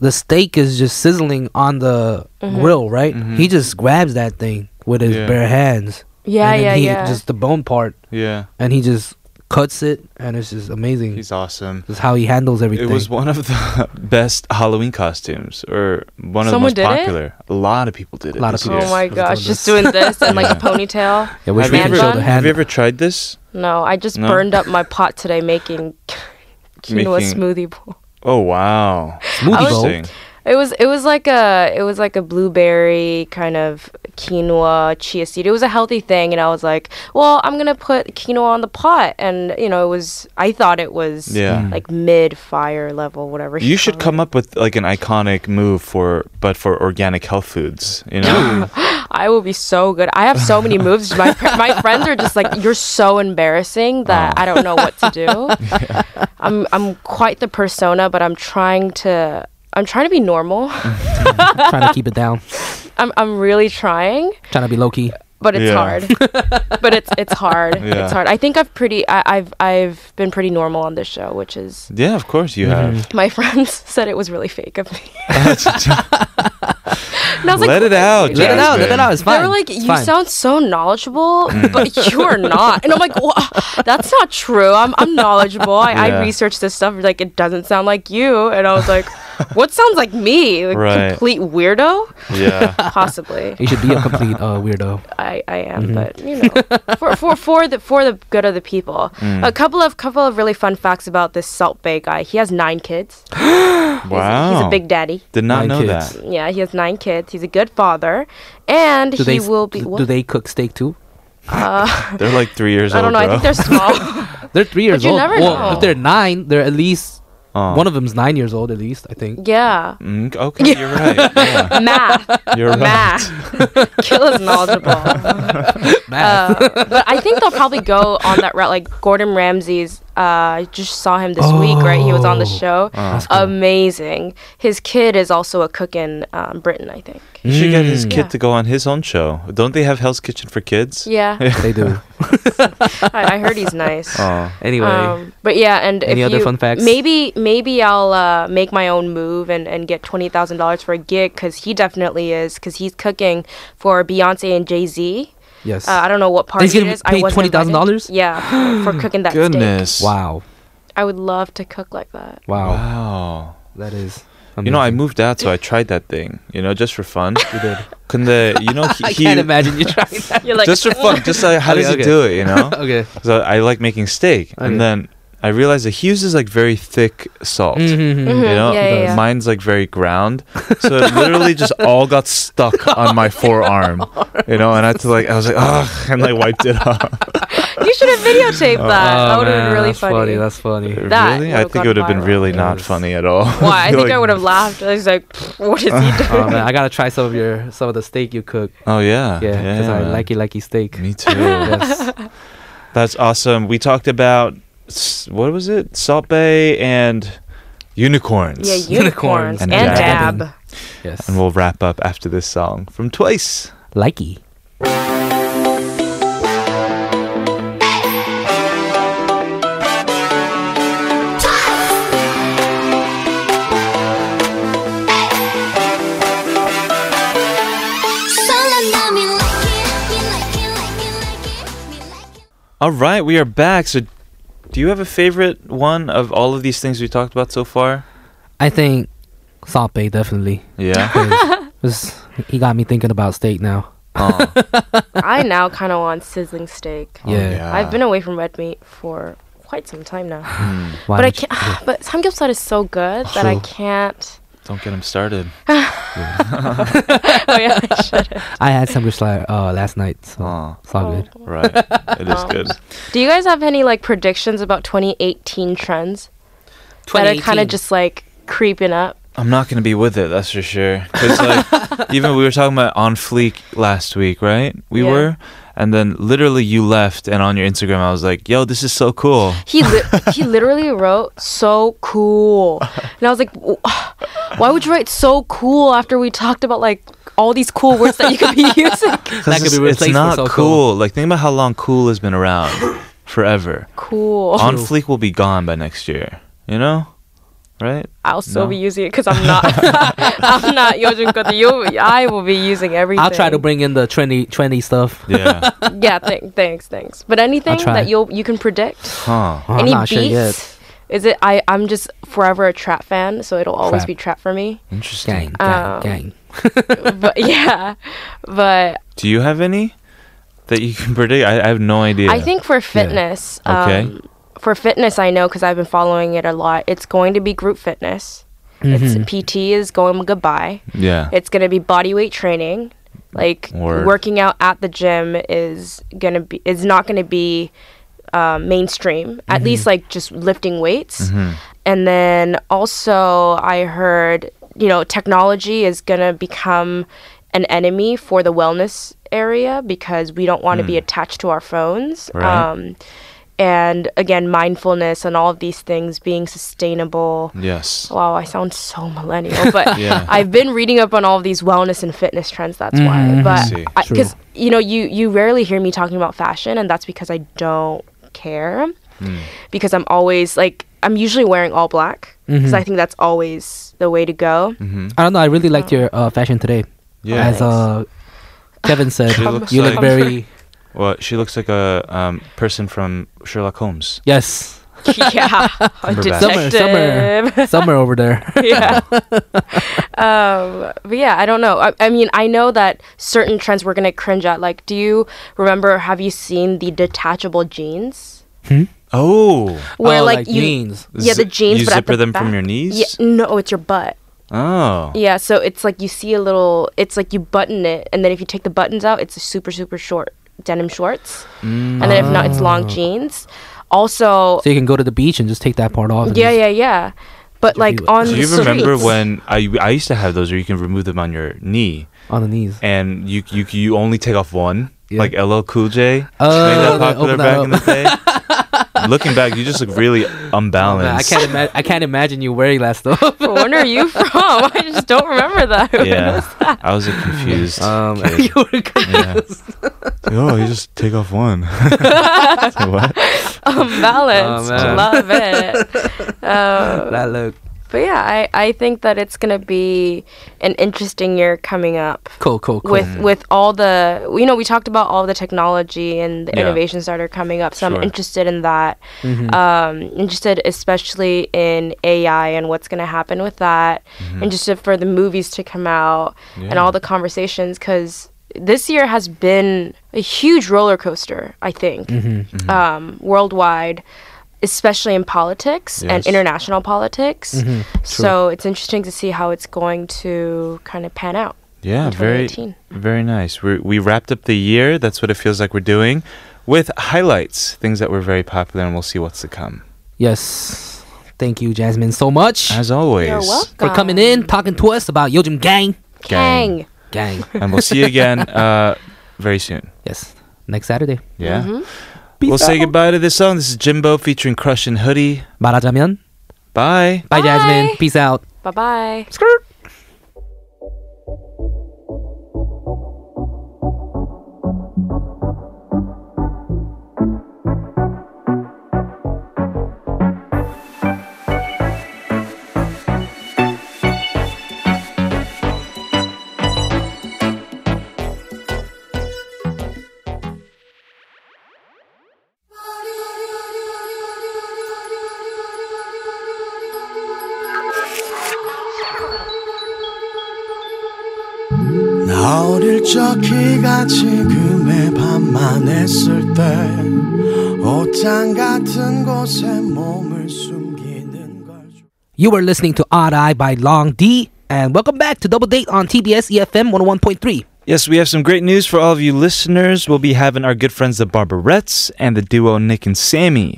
the steak is just sizzling on the Mhm. grill, right? He just grabs that thing with his Mm-hmm. Yeah. bare hands. Yeah, and then yeah, he, yeah. Just the bone part, [laughs] yeah. and he just cuts it, and it's just amazing. He's awesome. Just how he handles everything. It was one of the [laughs] best Halloween costumes, or one of Someone the did most it? popular. A lot of people did it. A lot of this people year. oh my gosh, just doing this and like a ponytail. Yeah, wish have, we you could ever, show the hand. have you ever tried this? No, I just No? burned up my pot today [laughs] making quinoa Making- smoothie bowl. Oh wow, Smoothie I was- bowl? Interesting. It was it was like a it was like a blueberry kind of quinoa chia seed. It was a healthy thing, and I was like, well, I'm gonna put quinoa on the pot, and you know, it was I thought it was Yeah. like mid fire level, whatever. You should come up with like an iconic move for, but for organic health foods. You know, I will be so good. I have so [laughs] many moves. My fr- my friends are just like, you're so embarrassing that I don't know what to [laughs] do. I'm I'm quite the persona, but I'm trying to I'm trying to be normal. Mm. trying to keep it down, [laughs] I'm I'm really trying. trying to be low key. but it's Yeah. [laughs] hard. but it's it's hard. Yeah. It's hard. I think I've pretty I, I've I've been pretty normal on this show, which is yeah, of course you have. my [laughs] friends said it was really fake of me. [laughs] and I was like, Let it out. Let it out, let Jasmine. it out. It's they fine. were like, it's you fine. sound so knowledgeable, Mm. but you are not. And I'm like, "Wha- that's not true. I'm, I'm knowledgeable. I, Yeah. I researched this stuff. Like, it doesn't sound like you. And I [laughs] was like, what sounds like me? Like, Right. Complete weirdo? [laughs] Yeah. [laughs] [laughs] Possibly. You should be a [laughs] complete uh, weirdo. I, I am, Mm-hmm. but you know, for, for for the for the good of the people. Mm. A couple of couple of really fun facts about this Salt Bay guy. He has nine [gasps] kids. wow. He's a big daddy. Did not know that. Yeah, he has nine kids. He's a good father, and Do he they will be. do they cook steak too? [laughs] Uh, They're like three years I old. don't know. I bro. think they're small. [laughs] They're three years you old. never well, know. if they're nine, they're at least Oh. one of them's nine years old at least. I think. yeah. Mm, okay, [laughs] you're right. Yeah. [laughs] Math. [laughs] You're right. Math. Kill is knowledgeable. Math. Uh, but I think they'll probably go on that route. Like Gordon Ramsay's, uh, I just saw him this week, right? He was on Oh. the show. That's Amazing. His kid is also a cook in um, Britain, I think. You should get his Mm. kid Yeah. to go on his own show. Don't they have Hell's Kitchen for kids? Yeah. [laughs] They [laughs] do. I, I heard he's nice. Oh. Anyway. Um, but yeah, and Any if other you- fun facts? Maybe maybe I'll uh, make my own move and, and get twenty thousand dollars for a gig because he definitely is because he's cooking for Beyonce and Jay Z. Yes. Uh, I don't know what part He's it gonna be is. I paid wasn't invited. $20,000? Yeah, for cooking that steak. Goodness. Wow. I would love to cook like that. Wow. Wow. That is. You know, I amazing. moved out, so I tried that thing. You know, just for [laughs] fun. You did. 근데, you know, he, I can't imagine you trying that. [laughs] You're like, just for fun, just like how Okay, does okay. he do it? You know. [laughs] Okay. So I like making steak, Okay. and then I realized that he uses like very thick salt. Mhm, mhm, [laughs] mhm. You Mhm, know, yeah, yeah, yeah. mine's like very ground, so it literally just all got [laughs] stuck on my forearm. You know, and I had to like, I was like, ugh, and I wiped it off. [laughs] You should have videotaped that. that would have been really Oh, that's funny. funny. That's funny. [laughs] [laughs] That really? would've I think gone it would have been viral. really not funny at all. [laughs] Why? I think I Like, would have laughed. I was like, "Pfft, [laughs] what is he doing? Oh, man, I gotta try some of your some of the steak you cook. Oh yeah, Yeah, because I man. likey likey steak. Me too. [laughs] Yes. That's awesome. We talked about s- what was it? Salt Bay and unicorns. Yeah, unicorns and, dab. Yes. And we'll wrap up after this song from Twice. Likey. All right, we are back. So, do you have a favorite one of all of these things we talked about so far? I think Salt Bay definitely. Yeah. [laughs] 'Cause he got me thinking about steak now. oh, I now kind of want sizzling steak. yeah. I've been away from red meat for quite some time [sighs] now, Why but I would you- can't. [sighs] But samgyeopsal is so good that I Oh. can't. Don't get him started. Oh [laughs] yeah, I should. I had some like uh, last night, so Oh, it's all good. right. [laughs] It Um, is good. Do you guys have any like predictions about 2018 trends that are kind of just like creeping up? I'm not gonna be with it. That's for sure. 'Cause, like, [laughs] even we were talking about on fleek last week, right? We Yeah. were, and then literally you left, and on your Instagram, I was like, "Yo, this is so cool." He li- [laughs] he literally wrote so cool, and I was like, "W- [sighs] why would you write so cool after we talked about like all these cool words that you could be [laughs] using? [laughs] 'Cause That could it's- be replaced with It's not so cool. cool. Like think about how long cool has [coughs] been around, forever. cool. on fleek will be gone by next year. You know, right? I'll still No. be using it because I'm not. [laughs] I'm not Yojun Koto. You, I will be using everything. I'll try to bring in the trendy, trendy stuff. Yeah. Yeah, th- thanks, thanks. But anything try. that you you can predict, [laughs] huh. Oh, I'm any not beats, sure yet. is it? I I'm just forever a trap fan, so it'll always Trap. be trap [laughs] for me. Interesting. Gang, gang, Um, gang. But [laughs] yeah, but Do you have any that you can predict? I, I have no idea. I think for fitness, um, Okay. for fitness, I know because I've been following it a lot. It's going to be group fitness. Mm-hmm. It's PT is going goodbye. Yeah. It's going to be body weight training. Like Word. working out at the gym is going to be is not going to be um, mainstream. Mm-hmm. At least like just lifting weights. And then also I heard, you know, technology is going to become an enemy for the wellness area because we don't want to be attached to our phones. Hmm. Right. Um and again mindfulness and all of these things being sustainable. yes. Wow, I sound so millennial, but [laughs] Yeah. I've been reading up on all of these wellness and fitness trends. That's why, Mm-hmm. see. but because you know, you you rarely hear me talking about fashion, and that's because I don't care, Hmm. because I'm always like I'm usually wearing all black because Mm-hmm. I think that's always the way to go. Mm. I don't know. I really liked your uh, fashion today. Yeah. As uh, [laughs] Kevin said, She looks you look like- [laughs] very Well, she looks like a um, person from Sherlock Holmes. yes. [laughs] yeah, a Cumberbatch. Summer, detective. [laughs] summer, summer over there. [laughs] yeah. um, but yeah, I don't know. I, I mean, I know that certain trends we're gonna cringe at. Like, do you remember? Have you seen the detachable jeans? Oh, Oh, like jeans. yeah, the Zi- jeans. you but at zipper the them from back- your knees? Yeah, no, it's your butt. oh, Yeah, so it's like you see a little. It's like you button it, and then if you take the buttons out, it's a super super short denim shorts, and then if not, it's long Mm. jeans. Also, So you can go to the beach and just take that part off. and yeah, just- yeah, yeah. But like do it. on Do the you remember streets- when I I used to have those where you can remove them on your knee On the knees. and you you you only take off one, Yeah. like LL Cool J Oh, made that they popular open back that in the day. [laughs] Looking back, you just look really Man, I unbalanced. can't. Ima- I can't imagine you wearing that [laughs] stuff. [laughs] Where [laughs] are you from? I just don't remember that. [laughs] yeah, I was a confused. Um, [laughs] kid. you were good. yeah. oh, you just take off [laughs] one. It's like, [laughs] what? [laughs] Oh, Balance. man. Love [laughs] it. Um, that look but yeah, I, I think that it's going to be an interesting year coming up. cool, cool, cool. With with all the you know we talked about all the technology and the Yeah. innovations that are coming up, Sure. so Mm-hmm. I'm interested in that. Um, interested especially in AI and what's going to happen with that. Mm-hmm. Interested for the movies to come out and all the conversations because this year has been a huge roller coaster. I think Mm-hmm. Um, worldwide. Especially in politics Yes. and Mm-hmm. international politics. So it's interesting to see how it's going to kind of pan out. Yeah, in very, 2018. very nice. We we wrapped up the year. That's what it feels like we're doing, with highlights, things that were very popular, and we'll see what's to come. yes. Thank you, Jasmine, so much As always, You're welcome. for coming in, talking to us about Yojim Gang. gang. Kang. [laughs] Gang. and we'll see you again uh, very soon. yes. Next Saturday. Yeah. Mm-hmm. We'll say goodbye to this song. This is Jimbo featuring Crush and Hoodie. 말하자면 Bye. Bye, Jasmine. Peace out. Bye bye. 나 어릴 적 키같이 금의 밤만 했을 때 옷장 같은 곳에 몸을 숨기는 걸 You were listening to Odd Eye by Long D, and welcome back to Double Date on TBS EFM 101.3. Yes, we have some great news for all of you listeners. We'll be having our good friends the Barbarettes and the duo Nick and Sammy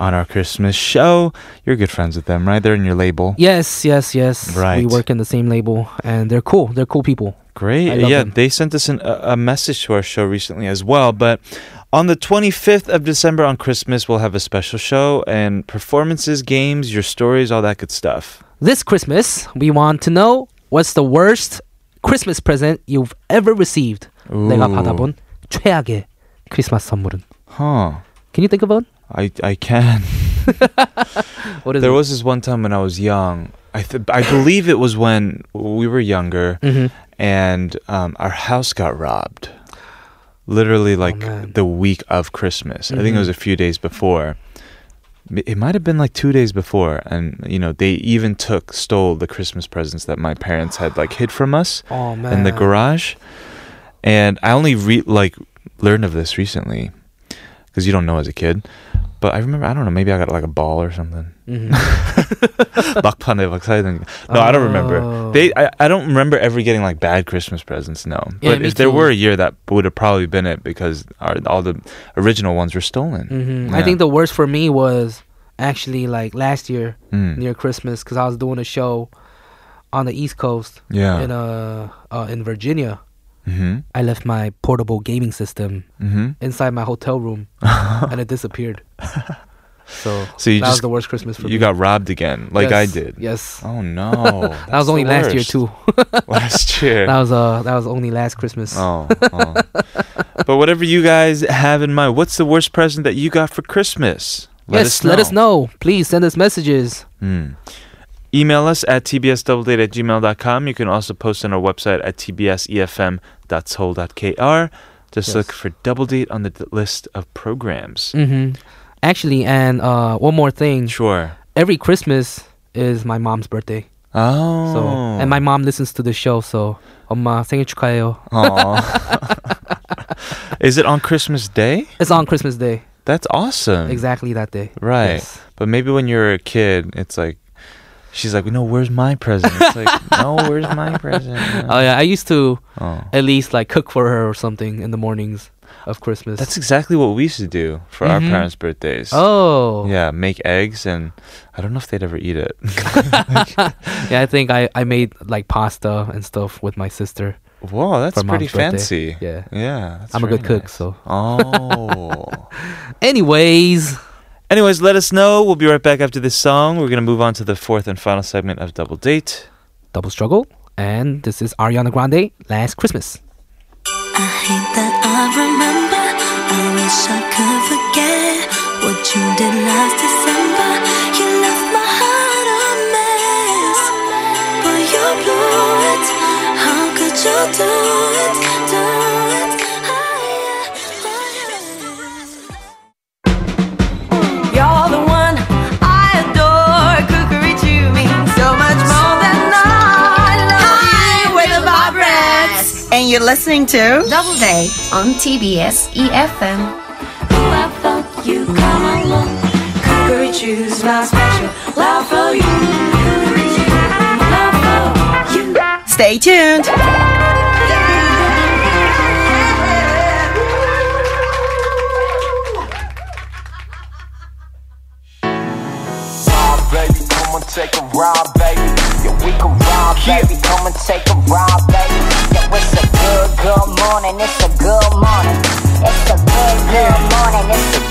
on our Christmas show. You're good friends with them, right? They're in your label. Yes, yes, yes. Right. We work in the same label, and they're cool. They're cool people. I Great. love Yeah, them. they sent us an, a, a message to our show recently as well. But on the 25th of December on Christmas, we'll have a special show and performances, games, your stories, all that good stuff. This Christmas, we want to know what's the worst Christmas present you've ever received. 내가 받아본 최악의 크리스마스 선물은. Huh. Can you think of one? I, I can. What is there it? was this one time when I was young. I, th- I believe it was when we were younger Mhm. and um, our house got robbed. Literally, Oh, like the week of Christmas. I think it was Mm-hmm. a few days before. M- It might have been like two days before. And, you know, they even took, stole the Christmas presents that my parents had like hid from us Oh, in the man. garage. And I only re- like learned of this recently because you don't know as a kid. But I remember, I don't know, maybe I got like a ball or something. Mm-hmm. [laughs] 막판에 막 사야 되니까. No, I don't Oh. remember. They, I, I don't remember ever getting like bad Christmas presents. No, Yeah, but me if there too. were a year, that would have probably been it because our, all the original ones were stolen. hmm I Yeah. think the worst for me was actually like last year Mm. near Christmas because I was doing a show on the East Coast. Yeah. In uh, uh in Virginia, Mhm. I left my portable gaming system Mhm. inside my hotel [laughs] room, and it disappeared. So, So you that was just the worst Christmas for you me. got robbed again, like I Yes, did. Yes. Oh no, [laughs] that was that's only the last year worst. too. [laughs] last year. That was uh that was only last Christmas. Oh, oh. but whatever you guys have in mind, what's the worst present that you got for Christmas? yes, let us know. Please send us messages. Mm. Email us at tbsdoubledate at gmail.com. You can also post on our website at tbsefm.soul.kr. Just Yes. look for Double Date on the d- list of programs. Mm-hmm. Actually, and uh, one more thing. Sure. Every Christmas is my mom's birthday. Oh. So, and my mom listens to the show. So, 엄마 생일 축하해요. Aw. [laughs] Is it on Christmas Day? It's on Christmas Day, That's awesome. exactly that day. Right. Yes. But maybe when you're a kid, it's like, she's like, no, where's my present? [laughs] It's like, no, where's my present? Oh yeah, I used to Oh. at least like cook for her or something in the mornings of Christmas. That's exactly what we used to do for our Mhm. parents' birthdays. oh Yeah, make eggs, and I don't know if they'd ever eat [laughs] it. yeah. I think I I made like pasta and stuff with my sister. Whoa, that's For pretty mom's birthday. fancy. Yeah. Yeah. that's I'm a very good cook, nice. so. Oh. [laughs] Anyways, Anyways, let us know. We'll be right back after this song. We're going to move on to the fourth and final segment of Double Date. double struggle, and this is Ariana Grande. Last Christmas. hate that I remember. I wish I could forget what you did last December. You left my heart a mess, but you blew it. How could you do it? Do it. I- You're the one I adore. Cookery to me so much more than I love you with the vibrance. And you're listening to Double Day on TBS EFM. Whoever you come along, cookery choose my special love for you. Love for you. Stay tuned. ride, baby. Come and take a ride, baby. Yeah, we can ride, baby. Come and take a ride, baby. Yeah, it's a good, good morning. It's a good morning. It's a good, good morning. It's a good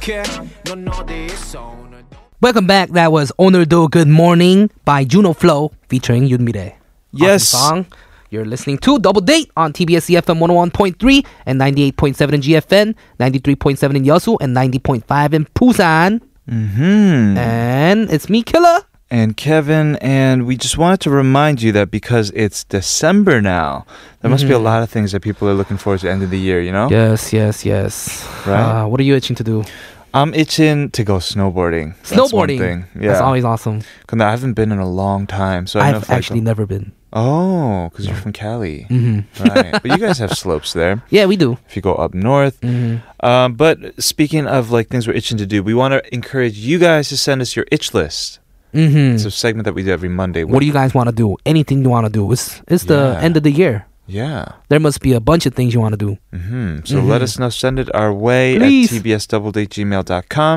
care 넌 어디 있어 오늘 Welcome back. That was 오늘도 Good Morning by Juno Flow featuring Yunmire. Yes. Awesome song. You're listening to Double Date on TBS EFM 101.3 and 98.7 in GFN, 93.7 in Yosu, and 90.5 in Busan. Mm-hmm. And it's me, Killer. and Kevin, and we just wanted to remind you that because it's December now, there must be a Mhm. lot of things that people are looking forward to end of the year. You know? Yes, yes, yes. Right. Uh, what are you itching to do? I'm itching to go snowboarding. That's one Snowboarding. thing. Yeah. That's always awesome. 'Cause I haven't been in a long time, so I don't I've know if I actually go- never been. Oh, because you're from Cali, Mhm. right? But you guys have slopes there. Yeah, we do. If you go [laughs] up north, Mhm. um, but speaking of like things we're itching to do, we want to encourage you guys to send us your itch list. Mhm. It's a segment that we do every Monday. What do you guys want to do? Anything you want to do? It's it's the Yeah. end of the year. Yeah. There must be a bunch of things you want to do. Hmm. So let Mhm. us know. Send it our way Please. at tbsdoubledategmail.com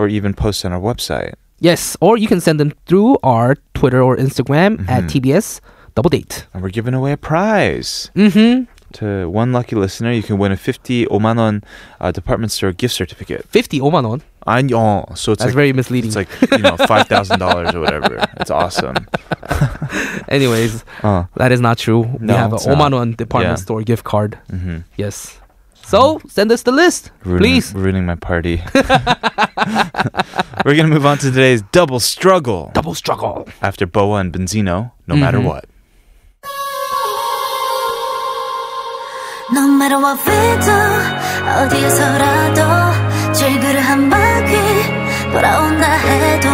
or even post on our website. Yes, or you can send them through our Twitter or Instagram Mm-hmm. at TBS Double Date. And we're giving away a prize. Mm-hmm. To one lucky listener, you can win a 50 Omanon uh, department store gift certificate. 50 Omanon? I know. So it's That's like, very misleading. It's like, you know, $5,000 or whatever. It's awesome. Anyways, [laughs] Uh. that is not true. we No, have an it's not. Omanon department Yeah. store gift card. Mhm. Yes. So send us the list, Ruining, [laughs] please. Ruining my party. [laughs] we're going to move on to today's double struggle. Double struggle. After Boa and Benzino, no matter Mhm. what. No matter what weather 어디에서라도 출구를 한 바퀴 돌아온다 해도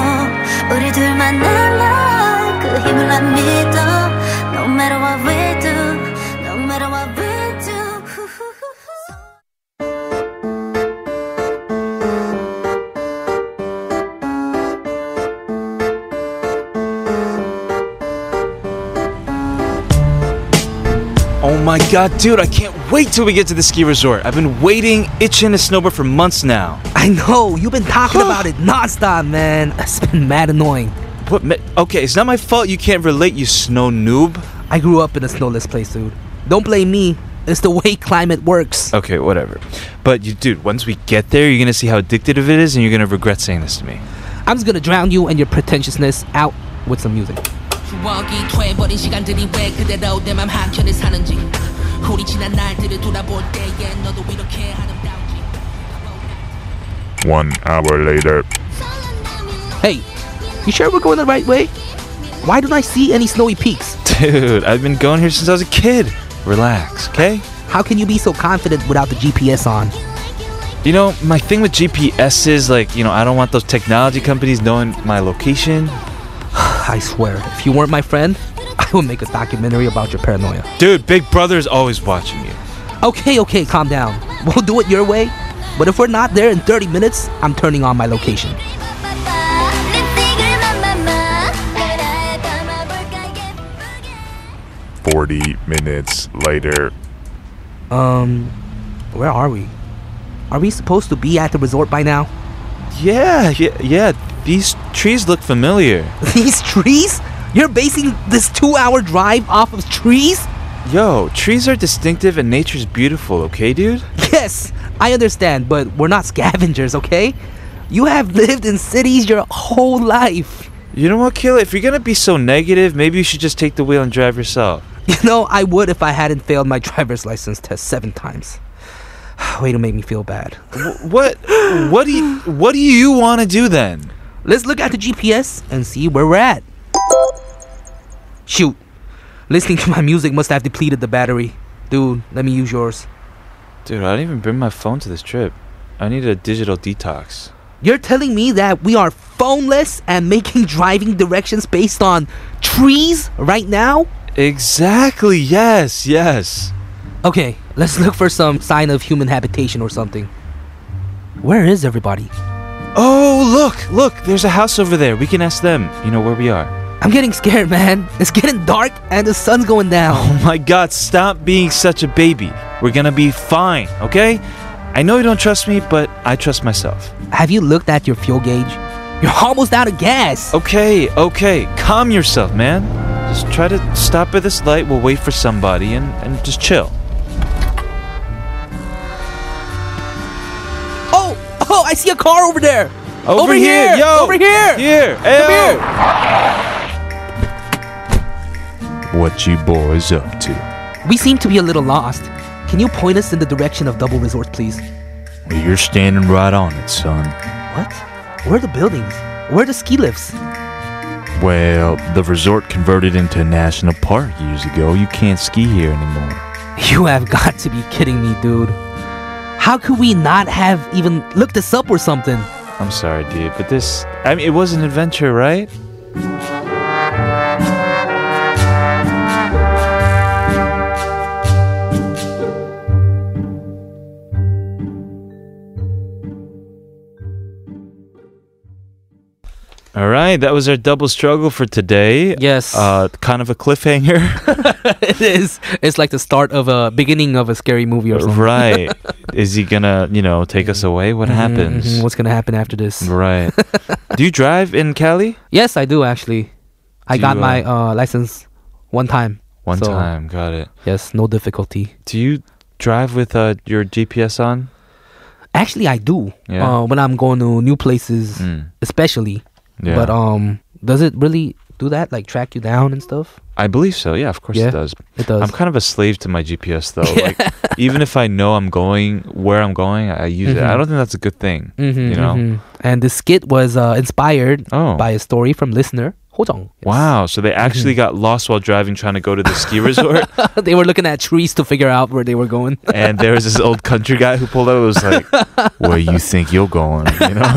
우리 둘만 알아 그 힘을 난 믿어 No matter what we do No matter what we do Oh my god, dude, I can't wait till we get to the ski resort. I've been waiting, itching to snowboard for months now. I know you've been talking about it nonstop, man. [laughs] It's been mad annoying. What? ma- Okay, it's not my fault you can't relate, you snow noob. I grew up in a snowless place, dude. Don't blame me. It's the way climate works. Okay, whatever. But you, dude, once we get there, you're gonna see how addictive it is, and you're gonna regret saying this to me. [laughs] I'm just gonna drown you and your pretentiousness out with some music. 추억이 퇴버린 시간들이 왜 그대로 내맘 한켠에 사는지 우리 지난 날들을 돌아볼 때에 너도 이렇게 아름다운지 One hour later. Hey, you sure we're going the right way? Why don't I see any snowy peaks? Dude, I've been going here since I was a kid. Relax, okay? How can you be so confident without the GPS on? You know, my thing with GPS is like, you know, I don't want those technology companies knowing my location. I swear, if you weren't my friend, [laughs] I would make a documentary about your paranoia. Dude, Big Brother is always watching you. Okay, okay, calm down. [laughs] We'll do it your way. But if we're not there in 30 minutes, I'm turning on my location. Forty minutes later. Um, where are we? Are we supposed to be at the resort by now? [laughs] Yeah, yeah, yeah. These trees look familiar. These trees? You're basing this two hour drive off of trees? Yo, trees are distinctive and nature's beautiful, okay, dude? Yes, I understand, but we're not scavengers, okay? You have [laughs] lived in cities your whole life. You know what, Kayla? If you're gonna be so negative, maybe you should just take the wheel and drive yourself. You know, I would if I hadn't failed my driver's license test seven times. [sighs] Way to make me feel bad. What? What do you? What do you want to do then? Let's look at the GPS and see where we're at. Shoot, listening to my music must have depleted the battery. Dude, let me use yours. Dude, I didn't even bring my phone to this trip. I need a digital detox. You're telling me that we are phoneless and making driving directions based on trees right now? Exactly, yes, yes. Okay, let's [laughs] look for some sign of human habitation or something. Where is everybody? Oh, look, look, there's a house over there. We can ask them, you know, where we are. [laughs] I'm getting scared, man. It's getting dark and the sun's going down. [laughs] Oh my god, stop being such a baby. We're gonna be fine, okay? I know you don't trust me, but I trust myself. Have you looked at your fuel gauge? You're almost out of gas. Okay, okay, calm yourself, man. Just try to stop at this light. We'll wait for somebody and, and just chill. Oh, oh, I see a car over there. Over, here, yo, over here. here, Come ayo. here. What you boys up to? We seem to be a little lost. Can you point us in the direction of Double Resort, please? You're standing right on it, son. What? Where are the buildings? Where are the ski lifts? [laughs] Well, the resort converted into a national park years ago. You can't ski here anymore. You have got to be kidding me, dude. How could we not have even looked this up or something? I'm sorry, dude, but this. I mean, it was an adventure, right? All right, that was our double struggle for today. Yes. Uh, kind of a [laughs] cliffhanger. it is. It's like the start of a beginning of a scary movie [laughs] or something. [laughs] right. Is he gonna, you know, take us away? What happens? Mhm, What's gonna happen after this? [laughs] Right. Do you drive in Cali? Yes, I do actually. I Do got you, my uh, license one time. One So, time, got it. Yes, no difficulty. Do you drive with uh, your GPS on? Actually, I do. Yeah. Uh, when I'm going to new places, Mm. especially. Yeah. But um, does it really do that? Like track you down and stuff? I believe so. Yeah, of course Yeah, it does. it does. I'm kind of a slave to my GPS [laughs] though. Like even if I know I'm going where I'm going, I use it. I Mhm. don't think that's a good thing. Mhm, you know. mhm. And the skit was uh, inspired Oh. by Mm-hmm. a story from listener Ho Jung. Wow. So they actually got lost while driving trying to go to the [laughs] ski resort [laughs] they were looking at trees to figure out where they were going. and there was this old country guy who pulled up and was [laughs] like, "Where you think you're going?" You know.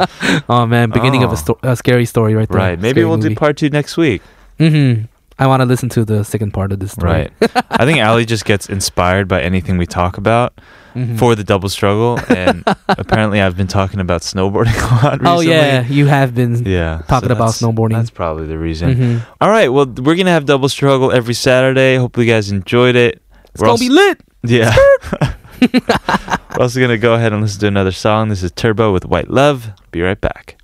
[laughs] oh man, beginning of a, Oh. sto- a scary story right there. right. Maybe Scary we'll movie. do part 2 next week. Mm-hmm. I want to listen to the second part of this story. Right. I think Ali just gets inspired by anything we talk about Mhm. for the double struggle. [laughs] And apparently, I've been talking about snowboarding [laughs] a lot recently. Oh yeah, you have been Yeah. so talking about that's- snowboarding. That's probably the reason. Mhm. All right. Well, we're going to have double struggle every Saturday. Hopefully, you guys enjoyed it. it's gonna be lit. Yeah. [laughs] [laughs] we're also going to go ahead and listen to another song. This is Turbo with White Love. Be right back.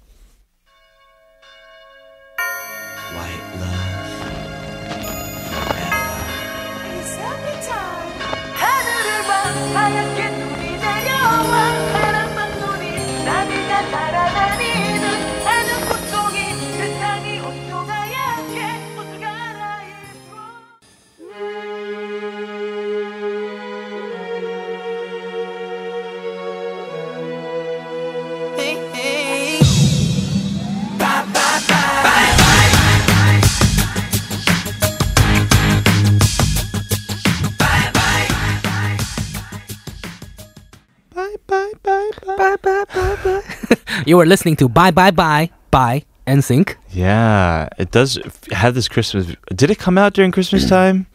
You were listening to Bye Bye Bye Bye and Sync. Yeah. It does f- have this Christmas. Did it come out during [clears throat] Christmas time?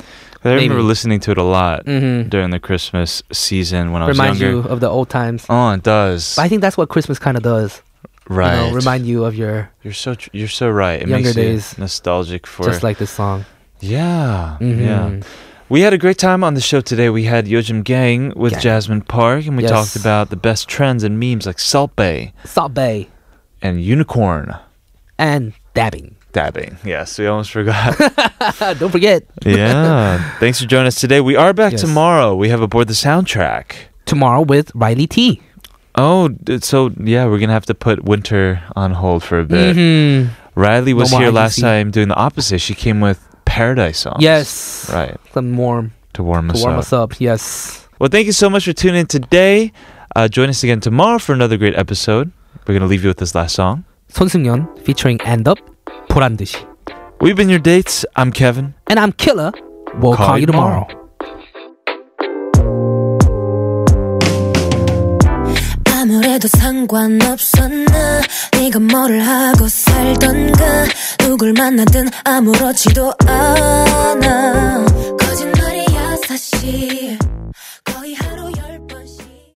'Cause I remember Maybe. listening to it a lot Mhm. during the Christmas season when I was Reminds younger. you of the old times. Oh, it does. But I think that's what Christmas kind of does. You right. know, remind you of your You're so tr- you're so right. It Younger makes days. you nostalgic for just like this song. yeah, Mhm. yeah. We had a great time on the show today. We had Yojim Gang with Gang. Jasmine Park, and we Yes. talked about the best trends and memes like Salt Bay Salt Bay and unicorn and dabbing. [laughs] dabbing. Yes, we almost forgot. Don't forget yeah. Thanks for joining us today. We are back Yes. tomorrow. We have aboard the soundtrack. tomorrow with Riley T. Oh, d- so yeah, we're gonna have to put winter on hold for a bit. hmm Riley was more here last IDC. time doing the opposite. She came with paradise songs. Yes. Right. Some warm To warm us to warm up. us up. Yes. Well, thank you so much for tuning in today. Uh, join us again tomorrow for another great episode. We're going to leave you with this last song. 손승연 featuring End Up 보란 듯이. We've been your dates. I'm Kevin. And I'm Killer. We'll call, you tomorrow. 아무래도 상관없어 나 네가 뭐를 하고 살던가 누굴 만나든 아무렇지도 않아 거짓말이야 사실